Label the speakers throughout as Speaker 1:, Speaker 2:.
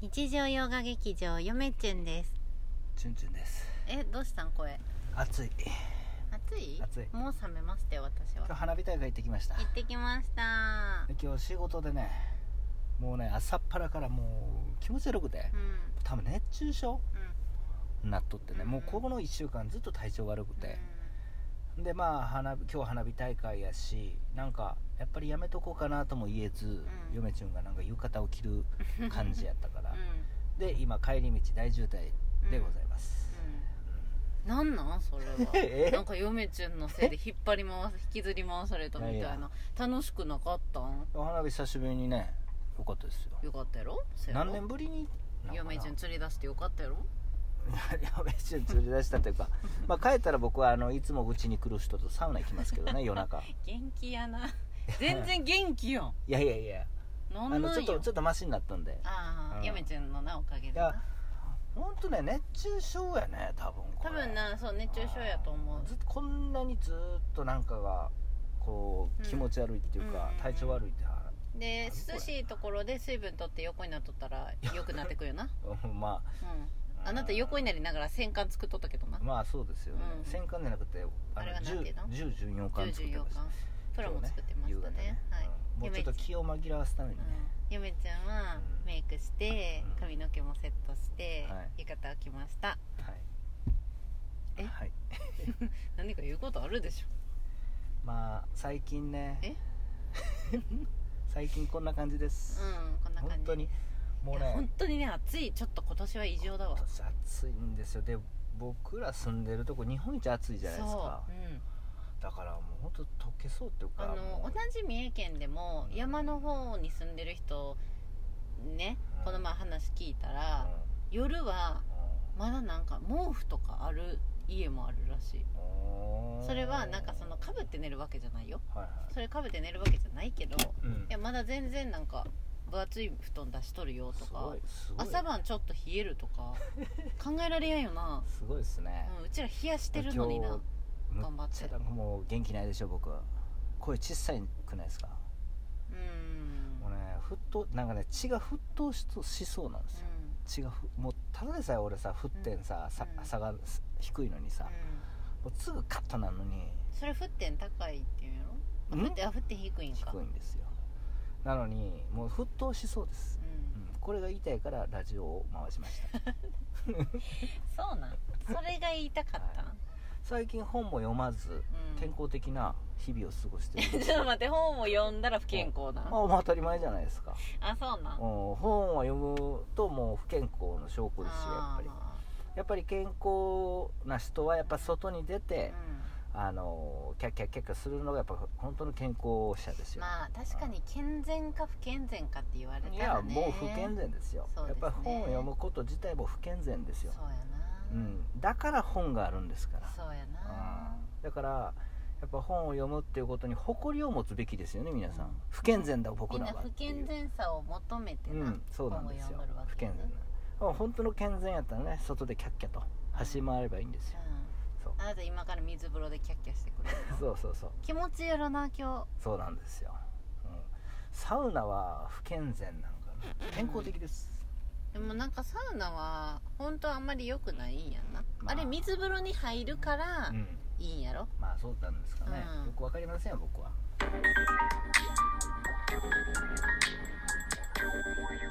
Speaker 1: 日常洋画劇場よめちゅんです
Speaker 2: チュンチュンです
Speaker 1: えどうしたん声
Speaker 2: 暑い
Speaker 1: 暑い
Speaker 2: 暑い
Speaker 1: もう冷めましたよ私は
Speaker 2: 今日
Speaker 1: 行
Speaker 2: 花火大会行ってきましたで
Speaker 1: ってきました
Speaker 2: 今日仕事でねもうね朝っぱらからもう気持ち悪くて
Speaker 1: うんうん
Speaker 2: 多分熱中症になっとってねもうここの1週間ずっと体調悪くてでまあ花火今日花火大会やしなんかやっぱりやめとこうかなとも言えず、
Speaker 1: うん
Speaker 2: 嫁ちゅんがなんか浴衣を着る感じやったから
Speaker 1: うん
Speaker 2: で今帰り道大渋滞でございます、
Speaker 1: うんなんなんそれは
Speaker 2: え
Speaker 1: なんか嫁ちゅんのせいで引っ張り回す引きずり回されたみたい
Speaker 2: いやい
Speaker 1: な
Speaker 2: や
Speaker 1: 楽しくなかったん
Speaker 2: お花火久しぶりにねよかったですよ
Speaker 1: よかったやろせやろ
Speaker 2: 何年ぶりになんかな
Speaker 1: 嫁ちゅん釣り出してよかったやろ
Speaker 2: やべえちょっと連れ出したというか、まあ、帰ったら僕はあのいつもうちに来る人とサウナ行きます けどね夜中い
Speaker 1: 元気やな全然元気やん
Speaker 2: やいやいや
Speaker 1: な
Speaker 2: あ
Speaker 1: ん
Speaker 2: の
Speaker 1: な
Speaker 2: ちょ
Speaker 1: ん
Speaker 2: っ
Speaker 1: よ
Speaker 2: とちょっとマシになったんで
Speaker 1: あ
Speaker 2: う
Speaker 1: あ
Speaker 2: ん
Speaker 1: 嫁ちゃんのなおかげ
Speaker 2: い
Speaker 1: で
Speaker 2: や
Speaker 1: な
Speaker 2: 本当ね熱中症やね多分
Speaker 1: 多
Speaker 2: これ
Speaker 1: 分なそう熱中症やと思う
Speaker 2: ずっとこんなにずっとなんかがこ
Speaker 1: う
Speaker 2: うん気持ち悪いっていうか、
Speaker 1: うん
Speaker 2: 体調悪いっては
Speaker 1: で
Speaker 2: 何これ
Speaker 1: 涼しいところで水分取って横になっとったら良くなってくよな
Speaker 2: ま
Speaker 1: うん
Speaker 2: あ
Speaker 1: あなた横に
Speaker 2: な
Speaker 1: なりながら戦艦作っとったけどな
Speaker 2: まあそうですよね、
Speaker 1: うん
Speaker 2: 戦艦じゃなくてあ
Speaker 1: あれは
Speaker 2: の
Speaker 1: なんていうの
Speaker 2: 10 14
Speaker 1: 10
Speaker 2: 巻作ってました
Speaker 1: 巻プラも作ってまし
Speaker 2: 今
Speaker 1: た
Speaker 2: 日
Speaker 1: ねはい
Speaker 2: うんもうちょっと気を紛らわすためにね、
Speaker 1: ゆめちゃんは
Speaker 2: うん
Speaker 1: メイクして
Speaker 2: うん
Speaker 1: 髪の毛もセットして
Speaker 2: はい
Speaker 1: 浴衣を着ました
Speaker 2: はい
Speaker 1: え
Speaker 2: はい
Speaker 1: 何か言うことあるでしょ
Speaker 2: まあ最近
Speaker 1: え
Speaker 2: ね 最近こんな感じです、
Speaker 1: うんこんな感じ
Speaker 2: 本当にもう
Speaker 1: いや本
Speaker 2: ね
Speaker 1: 当にね暑いちょっと今年は異常だわ
Speaker 2: 今年暑いんですよで僕ら住んでるとこ日本一暑いじゃないですか
Speaker 1: そううん
Speaker 2: だからもう本当溶けそうっていうか
Speaker 1: あの
Speaker 2: も
Speaker 1: 同
Speaker 2: う
Speaker 1: じ三重県でも
Speaker 2: うん
Speaker 1: 山の方に住んでる人ね
Speaker 2: うん
Speaker 1: この前話聞いた
Speaker 2: うん
Speaker 1: ら夜はまだなんか毛布とかある家もあるらしい
Speaker 2: うん
Speaker 1: それはなんかそのかぶって寝るわけじゃないよ
Speaker 2: はいはい
Speaker 1: それかぶって寝るわけじゃないけどい
Speaker 2: うん
Speaker 1: やまだ全然なんか分厚い布団出しとるよと
Speaker 2: す
Speaker 1: か
Speaker 2: ごいすごい
Speaker 1: 朝晩ちょっと冷えるとか考えられやんよ な、
Speaker 2: すごいですね、
Speaker 1: うん、うちら冷やしてるのにな
Speaker 2: 今日
Speaker 1: 頑張って
Speaker 2: むちゃなんかもう元気ないでしょ僕声小さいくないですか
Speaker 1: うーん
Speaker 2: もうね沸騰なんかね血が沸騰しとしそうなんですよ、血がふもうただでさえ俺さ沸点さ,さ、
Speaker 1: うん
Speaker 2: 差がす低いのに
Speaker 1: うん
Speaker 2: さ、
Speaker 1: うん
Speaker 2: もうすぐカッとなるのに
Speaker 1: それ沸点高いっていうんやろあ
Speaker 2: ん
Speaker 1: 沸点あ沸点低いんか
Speaker 2: 低いんですよなのにもう沸騰しそうです、
Speaker 1: うん
Speaker 2: うん、これが言いたいからラジオを回しました
Speaker 1: そうなんそれが言いたかったん、
Speaker 2: は最近本も読まず
Speaker 1: うん
Speaker 2: 健康的な日々を過ごしてるんで す
Speaker 1: ちょっと待って本を読んだら不健康な
Speaker 2: ま あ、
Speaker 1: ん
Speaker 2: もう当たり前じゃないですか、
Speaker 1: あそうなん
Speaker 2: うん、本を読むともう不健康の証拠ですよやっぱり
Speaker 1: あ
Speaker 2: やっぱり健康な人はやっぱ外に出
Speaker 1: ー
Speaker 2: て、
Speaker 1: う
Speaker 2: あのキャッキャッキャッキャするのがやっぱ本当の健康者です
Speaker 1: ん
Speaker 2: よ、
Speaker 1: まあ確かに健全か不健全かって言われたら、ね、
Speaker 2: いやもう不健全ですよ
Speaker 1: そうで
Speaker 2: や
Speaker 1: すね
Speaker 2: っぱり本を読むこと自体も不健全ですよ
Speaker 1: そうやな、
Speaker 2: う、ん、だから本があるんですから
Speaker 1: そうやな
Speaker 2: うんだからやっぱ本を読むっていうことに誇りを持つべきですよね皆さ
Speaker 1: うん
Speaker 2: ん不健全だ
Speaker 1: み
Speaker 2: 僕
Speaker 1: ん
Speaker 2: らは
Speaker 1: な不健
Speaker 2: ってい
Speaker 1: 全さを求めて
Speaker 2: う
Speaker 1: な、
Speaker 2: うんそうなんですよ
Speaker 1: 本を読んどるわ
Speaker 2: 不
Speaker 1: け
Speaker 2: 健
Speaker 1: ね
Speaker 2: 全な本当の健全やったらね外でキャッキャと走り回ればいいんですよ、
Speaker 1: うん
Speaker 2: そう
Speaker 1: あなた今から水風呂でキャッキャしてくれる
Speaker 2: そうそうそう
Speaker 1: 気持ちやろな今
Speaker 2: そうなんですよ、うん、サウナは不健全なのかな健康的です、
Speaker 1: 日でもなんかサウナは本当はあんまり良くないんやんな、
Speaker 2: まあ
Speaker 1: あれ水風呂に入るから
Speaker 2: うん
Speaker 1: いいんやろ、
Speaker 2: まあそうなんですかね、
Speaker 1: うん
Speaker 2: よくわかりませんよ僕は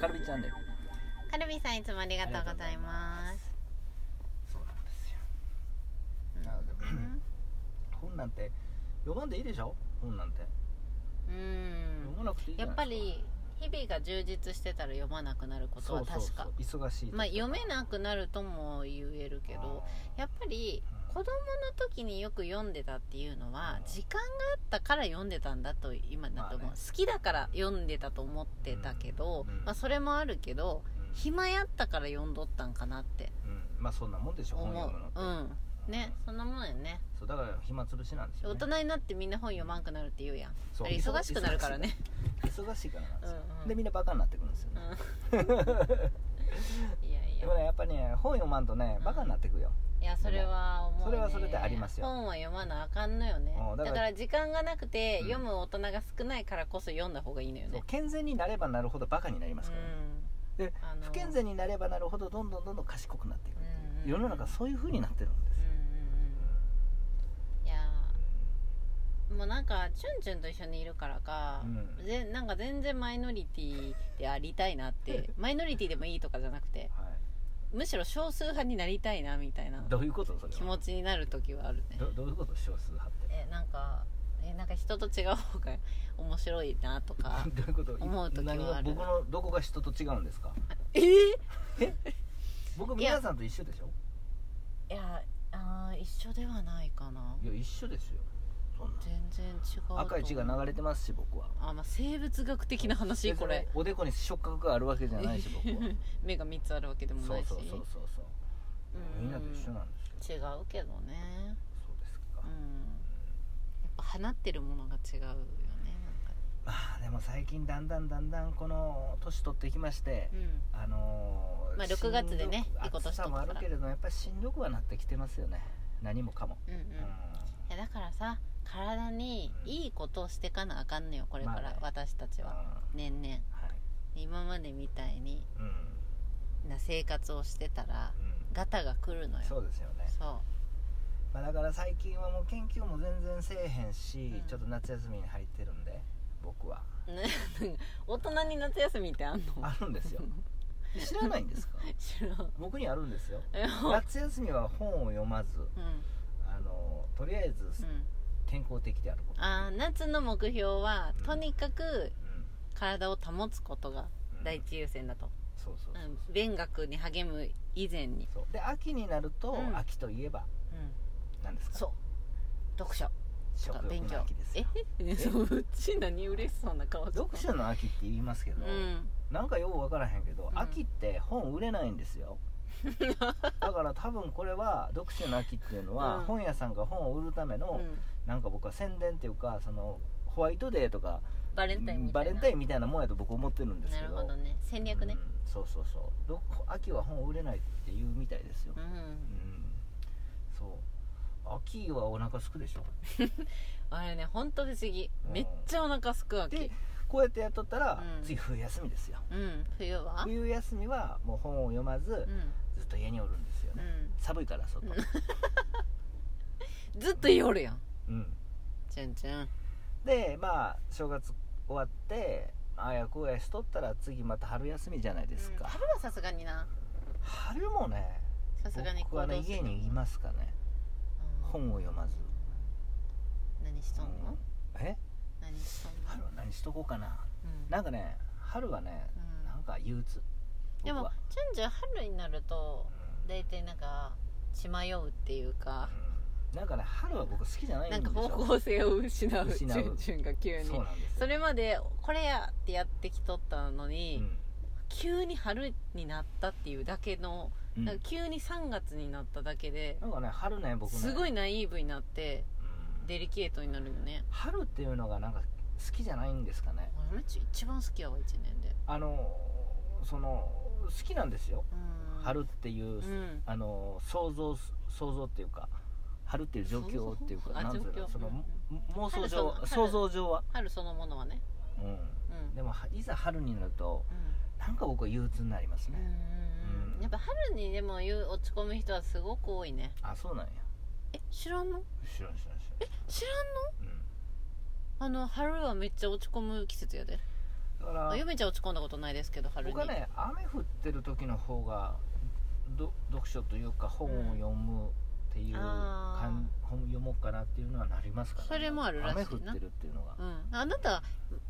Speaker 2: カルビチャンネル
Speaker 1: カルビさんいつもありがとうございます
Speaker 2: そうなんですよ
Speaker 1: うん
Speaker 2: ありがとうございま本なんて読まんでいいでしょ本なんて
Speaker 1: うん
Speaker 2: 読まなくていいじ
Speaker 1: や
Speaker 2: ゃな
Speaker 1: っ
Speaker 2: いで
Speaker 1: ぱ
Speaker 2: すか
Speaker 1: り日々が充実してたら読まなくなることは確か
Speaker 2: そうそうそう忙しい時とか
Speaker 1: まあ読めなくなるとも言えるけどやっぱり
Speaker 2: うん
Speaker 1: 子供の時によく読んでたっていうのは
Speaker 2: うん
Speaker 1: 時間があったから読んでたんだと今だと思う、
Speaker 2: まあね
Speaker 1: 好きだから読んでたと思ってたけど、
Speaker 2: うん
Speaker 1: まあ、それもあるけど
Speaker 2: うん
Speaker 1: 暇やったから読んどったんかなって
Speaker 2: うんまあそんなもんでしょ
Speaker 1: 思
Speaker 2: 本読むのって
Speaker 1: ううんねそんなもんやね
Speaker 2: そうだから暇つぶしなんですよ、
Speaker 1: 大
Speaker 2: ね、
Speaker 1: 人になってみんな本読まんくなるって言うやん
Speaker 2: そう
Speaker 1: あれ忙しくなるからね
Speaker 2: 忙しいからなんですよ、
Speaker 1: うんうん
Speaker 2: でみんなバカになってくるんですよね、
Speaker 1: うんいやい
Speaker 2: で
Speaker 1: や
Speaker 2: もねやっぱりね本読まんとね
Speaker 1: うん
Speaker 2: バカになってくよ、
Speaker 1: いやそれは思う、ね、
Speaker 2: それはそれでありますよ
Speaker 1: 本は読まなあかんのよね
Speaker 2: うん
Speaker 1: だ
Speaker 2: だ
Speaker 1: か
Speaker 2: からら
Speaker 1: 時間がなくて、
Speaker 2: うん
Speaker 1: 読む大人が少ないからこそ読んだ方がいいのよ
Speaker 2: そう
Speaker 1: ね
Speaker 2: 健全になればなるほどバカになりますからね、
Speaker 1: う
Speaker 2: で
Speaker 1: あの
Speaker 2: 不健全になればなるほどどんどんどんどん賢くなっていくっていう、
Speaker 1: うんうん
Speaker 2: 世の中そういう風になってるんです
Speaker 1: うんうん
Speaker 2: よ、
Speaker 1: うんいやーもうなんかチュンチュンと一緒にいるからか、
Speaker 2: うん
Speaker 1: ぜなんか全然マイノリティでありたいなって マイノリティでもいいとかじゃなくて
Speaker 2: はい、
Speaker 1: むしろ少数派になりたいなみたいな
Speaker 2: どういうことそれは
Speaker 1: 気持ちになる時はあるね
Speaker 2: どどういうこと少数派って
Speaker 1: えなんかえなんか人と違う方が面白いなと か
Speaker 2: どういうこと
Speaker 1: 思う時はある
Speaker 2: 何が僕のどこが人と違うんですか
Speaker 1: えー、い
Speaker 2: 僕
Speaker 1: いや
Speaker 2: 皆さんと一緒でしょ
Speaker 1: やあー一緒ではないかない
Speaker 2: や一緒ですよそんな
Speaker 1: 全然違うと
Speaker 2: 赤い血が流れてますし僕は
Speaker 1: あ、まあ、生物学的な話
Speaker 2: 別に
Speaker 1: これ
Speaker 2: おでこに触覚があるわけじゃないし僕 は
Speaker 1: 目が3つあるわけでも
Speaker 2: そ
Speaker 1: な
Speaker 2: う
Speaker 1: いし
Speaker 2: そうそうそうそう
Speaker 1: うん
Speaker 2: みんなと一緒なんですよ
Speaker 1: 違うけどね
Speaker 2: そうですか
Speaker 1: うんやっぱ放ってるものが違うよねなんか
Speaker 2: まあでも最近だんだんだんだんこの年取ってきまして
Speaker 1: うん
Speaker 2: あのー
Speaker 1: まあ6月でね
Speaker 2: しんどく
Speaker 1: いいこと
Speaker 2: 暑さもあるけれどやっぱりしんどくはなってきてますよね何もかも
Speaker 1: うんうんいやだからさ体にいいことをしてかなあかんのよこれから、
Speaker 2: まあね
Speaker 1: 私たち
Speaker 2: うん
Speaker 1: は年々
Speaker 2: はい
Speaker 1: 今までみたいに
Speaker 2: うん
Speaker 1: な生活をしてたら
Speaker 2: うん
Speaker 1: ガタが来るのよ
Speaker 2: そうですよね
Speaker 1: そう
Speaker 2: まあ、だから最近はもう研究も全然せえへんし、
Speaker 1: うん
Speaker 2: ちょっと夏休みに入ってるんで僕は
Speaker 1: ねなんか 大人に夏休みってあんの
Speaker 2: あるん ですよ知らないんですか
Speaker 1: 知らん
Speaker 2: 僕にあるんですよ
Speaker 1: えほ
Speaker 2: 夏休みは本を読まず
Speaker 1: うん
Speaker 2: あのとりあえず
Speaker 1: うん
Speaker 2: 健康的であること、
Speaker 1: あー夏の目標は
Speaker 2: うん
Speaker 1: とにかく
Speaker 2: う
Speaker 1: 体を保つことが
Speaker 2: んうん
Speaker 1: 第一優先だと、
Speaker 2: そうそう
Speaker 1: う
Speaker 2: そう,、
Speaker 1: ん、勉学に励む以前に、
Speaker 2: そうで秋になると、
Speaker 1: うん
Speaker 2: 秋といえば
Speaker 1: うん、
Speaker 2: 何ですか
Speaker 1: そう読書と
Speaker 2: 食
Speaker 1: か
Speaker 2: 欲
Speaker 1: 勉
Speaker 2: の
Speaker 1: 強
Speaker 2: 秋ですよ
Speaker 1: えそううち何嬉しそうな顔して
Speaker 2: 読書の秋って言いますけど、
Speaker 1: うん
Speaker 2: なんかよう分からへんけど、
Speaker 1: うん
Speaker 2: 秋って本売れないんです よだから多分これは読書の秋っていうのは、
Speaker 1: うん
Speaker 2: 本屋さんが本を売るため
Speaker 1: う
Speaker 2: の、
Speaker 1: ん
Speaker 2: なんか僕は宣伝っていうかそのホワイトデーとか
Speaker 1: バレンタインみたいな
Speaker 2: バレンタインみたいなもんやと僕思ってるんです
Speaker 1: な
Speaker 2: け
Speaker 1: る
Speaker 2: ど
Speaker 1: ほどね戦略ね
Speaker 2: うんそうそうそうど秋は本売れないって言うみたいですよ、
Speaker 1: う、
Speaker 2: うんそう秋はお腹すくでしょ
Speaker 1: あれね本当不思議
Speaker 2: うん
Speaker 1: めっちゃお腹すくわけ
Speaker 2: でこうやってやっとったら、
Speaker 1: うん
Speaker 2: 次冬休みですよ
Speaker 1: うん冬は
Speaker 2: 冬休みはもう本を読まず、
Speaker 1: う
Speaker 2: ずっと家におるんですよ
Speaker 1: ん、
Speaker 2: ね、
Speaker 1: う
Speaker 2: 寒いから外
Speaker 1: うんん、ずっと夜やん
Speaker 2: うん
Speaker 1: チュンチュン
Speaker 2: でまあ正月終わってああやこうやしとったら次また春休みじゃないです
Speaker 1: うん
Speaker 2: か、
Speaker 1: 春はさすがにな
Speaker 2: 春もね
Speaker 1: さすがに
Speaker 2: 僕はね
Speaker 1: する
Speaker 2: 家にいますかね
Speaker 1: うん
Speaker 2: 本を読まず、
Speaker 1: 何しとんの、
Speaker 2: うんえ
Speaker 1: 何しとんの
Speaker 2: 春は何しとこうかな
Speaker 1: うん
Speaker 2: なんかね春はね
Speaker 1: うん
Speaker 2: なんか憂鬱
Speaker 1: で
Speaker 2: 僕
Speaker 1: も
Speaker 2: は、
Speaker 1: チュンチュン春になると大体なんか血迷うっていうか
Speaker 2: うん、なんかね春は僕好きじゃないん
Speaker 1: な
Speaker 2: でし
Speaker 1: ん
Speaker 2: ょ
Speaker 1: か方向性を失う
Speaker 2: 失う
Speaker 1: チュンチュンが急に
Speaker 2: そうなんですよ
Speaker 1: それまでこれやってやってきとったのに、
Speaker 2: うん
Speaker 1: 急に春になったっていうだけの、
Speaker 2: うん
Speaker 1: なんか急に3月になっただけで、
Speaker 2: なんかね春ね僕ね
Speaker 1: すごいナイーブになって
Speaker 2: うん
Speaker 1: デリケートになるよね
Speaker 2: 春っていうのがなんか好きじゃないんですかね
Speaker 1: 俺めっちゃ一番好きやわ1年で
Speaker 2: あのその好きなんですよ
Speaker 1: うん
Speaker 2: 春っていう、
Speaker 1: うん
Speaker 2: あの想像す想像っていうか春っていう状況っていう
Speaker 1: 想像
Speaker 2: かなんつう
Speaker 1: あ状
Speaker 2: の
Speaker 1: 況
Speaker 2: その、
Speaker 1: うん
Speaker 2: 妄想上は
Speaker 1: 春その
Speaker 2: 想像上は、
Speaker 1: 春そのものはね
Speaker 2: う
Speaker 1: うん
Speaker 2: ん、でもはいざ春になると
Speaker 1: う
Speaker 2: なんか僕は憂鬱になります
Speaker 1: んうんう
Speaker 2: ね、
Speaker 1: んう
Speaker 2: うんん
Speaker 1: やっぱ春にでも言う落ち込む人はすごく多いね
Speaker 2: あそうなんや
Speaker 1: え知らんの
Speaker 2: 知らん知らん知らん
Speaker 1: 知らん
Speaker 2: うん
Speaker 1: あの春はめっちゃ落ち込む季節やで
Speaker 2: だか
Speaker 1: あ
Speaker 2: ら
Speaker 1: ゆめちゃん落ち込んだことないですけど春に
Speaker 2: 僕はね雨降ってる時の方がど読書というか本を読むっていう
Speaker 1: あー
Speaker 2: 感、本読もうかなっていうのはなりますから、
Speaker 1: それもあるらしいな
Speaker 2: 雨降ってるっていうのが
Speaker 1: う、んあなた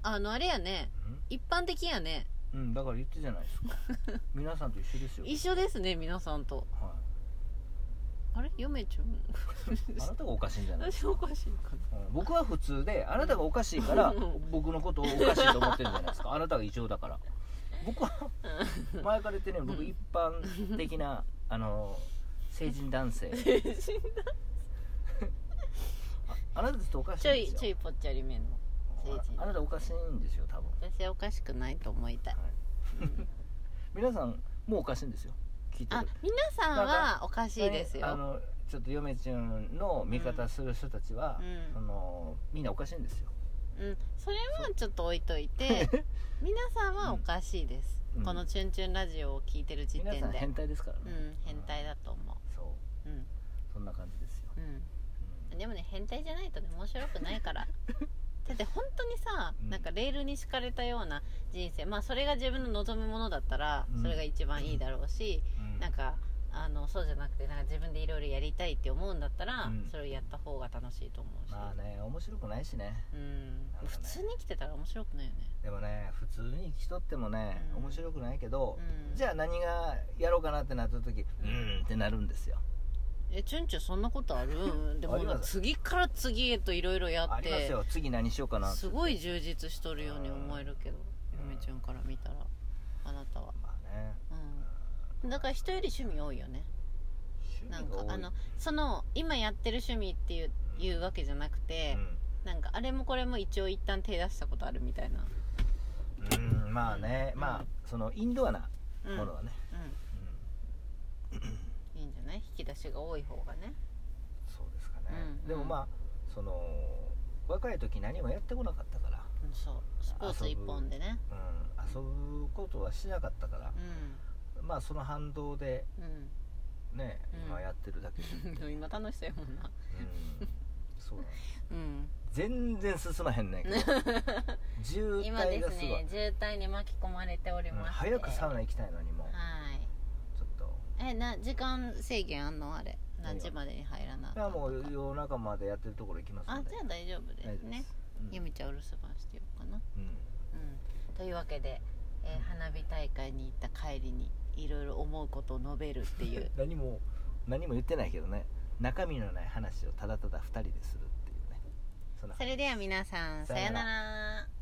Speaker 1: あのあれやね一般的やね
Speaker 2: うん、うん、だから言ってじゃないですか皆さんと一緒ですよ、
Speaker 1: 一緒ですね皆さんと
Speaker 2: は
Speaker 1: あれゆめちゃん
Speaker 2: い、あなたがおかしいんじゃな い、
Speaker 1: 私おかしいかな
Speaker 2: うん僕は普通であなたがおかしいから
Speaker 1: うん
Speaker 2: 僕のことをおかしいと思ってるじゃないですかあなたが異常だから僕は前から言ってね僕一般的なあの成人男性
Speaker 1: 成人だ
Speaker 2: ああなたちょっとおかし
Speaker 1: ちょ
Speaker 2: い
Speaker 1: い
Speaker 2: んですよ
Speaker 1: ちょいぽっちゃりめの成人
Speaker 2: ああなたおかしいんですよ多分、
Speaker 1: 私はおかしくないと思いたい
Speaker 2: はい皆さんもうおかしいんですよ聞いて
Speaker 1: あ
Speaker 2: る
Speaker 1: 皆さんはおかしいです
Speaker 2: あ
Speaker 1: よ
Speaker 2: のちょっと嫁ちゃんの味方する人たちは、
Speaker 1: うん
Speaker 2: そのみんなおかしいんですよ
Speaker 1: うんそれはちょっと置いといて皆さんはおかしいです
Speaker 2: うん
Speaker 1: この「チュンチュンラジオ」を聞いてる時
Speaker 2: 皆
Speaker 1: 点
Speaker 2: さん
Speaker 1: で
Speaker 2: 変態ですからね、
Speaker 1: うん変態だと思
Speaker 2: そう
Speaker 1: ううん
Speaker 2: そんな感じですよ、
Speaker 1: うん
Speaker 2: うん
Speaker 1: でもね変態じゃないとね面白くないから だって本当にさ、
Speaker 2: うん
Speaker 1: なんかレールに敷かれたような人生まあそれが自分の望むものだったら
Speaker 2: うん
Speaker 1: それが一番いいだろうし、
Speaker 2: うん
Speaker 1: なんかあのそうじゃなくてなんか自分でいろいろやりたいって思うんだったら、
Speaker 2: うん
Speaker 1: それをやった方が楽しいと思うし、
Speaker 2: まあね面白くないしね
Speaker 1: うん
Speaker 2: なんかね
Speaker 1: 普通に生きてたら面白くないよね
Speaker 2: でもね普通に生きとってもね、
Speaker 1: うん
Speaker 2: 面白くないけど、
Speaker 1: うん
Speaker 2: じゃあ何がやろうかなってなった時う
Speaker 1: うん
Speaker 2: んってなるんですよ
Speaker 1: えチュンチュンそんなことある うんでも
Speaker 2: あります
Speaker 1: 次から次へといろいろや
Speaker 2: あ
Speaker 1: っ
Speaker 2: ります
Speaker 1: て
Speaker 2: よ次何しようかなって
Speaker 1: すごい充実しとるように思えるけど
Speaker 2: うん
Speaker 1: ゆめちゃんから見たらあなたは
Speaker 2: まあね
Speaker 1: うんだから人より趣味多いよねなん
Speaker 2: 趣味が
Speaker 1: か
Speaker 2: 多い
Speaker 1: あのその今やってる趣味っていういうわけじゃなくて、なんかあれもこれも一応一旦手出したことあるみたいな、
Speaker 2: うん、うん、まあね、
Speaker 1: うん
Speaker 2: まあそのインドアな
Speaker 1: うん、
Speaker 2: ものはね、
Speaker 1: う
Speaker 2: うん
Speaker 1: んいいんじゃない引き出しが多い方がね
Speaker 2: そうですかね、
Speaker 1: うん
Speaker 2: でもまあその若い時何もやってこなかったから、
Speaker 1: うんそうスポーツ
Speaker 2: 遊
Speaker 1: 一
Speaker 2: ぶ
Speaker 1: 本でね
Speaker 2: うん、遊ぶことはしなかったから、まあその反動で
Speaker 1: うんうん
Speaker 2: ね、
Speaker 1: うん
Speaker 2: 今やってるだ けで、うん、
Speaker 1: でも今楽しそうやもんな
Speaker 2: そうなんです
Speaker 1: うん
Speaker 2: 全然進まへんねん けど渋
Speaker 1: 今で
Speaker 2: 滞が
Speaker 1: す
Speaker 2: すごい
Speaker 1: ね渋滞に巻き込まれており
Speaker 2: うん
Speaker 1: ます、
Speaker 2: 早くサウ
Speaker 1: は
Speaker 2: ナ行きたいのにもうちょっと
Speaker 1: いえな時間制限あんのあれ
Speaker 2: 何
Speaker 1: 何
Speaker 2: が
Speaker 1: 時までに入らなあ
Speaker 2: い
Speaker 1: か
Speaker 2: や
Speaker 1: んとか
Speaker 2: もう夜中までやってるところ行きます
Speaker 1: あ
Speaker 2: んで
Speaker 1: じゃあ大丈夫で
Speaker 2: 大
Speaker 1: す
Speaker 2: 丈夫で
Speaker 1: ね
Speaker 2: す、うん
Speaker 1: ゆみちゃんお留守番してようかな
Speaker 2: うん
Speaker 1: うんというわけで、えー花火大会に行った帰りにいろいろ思うことを述べるっていう
Speaker 2: 何も何も言ってないけどね中身のない話をただただ2人でするっていうねそんな
Speaker 1: それでは皆さんさようなら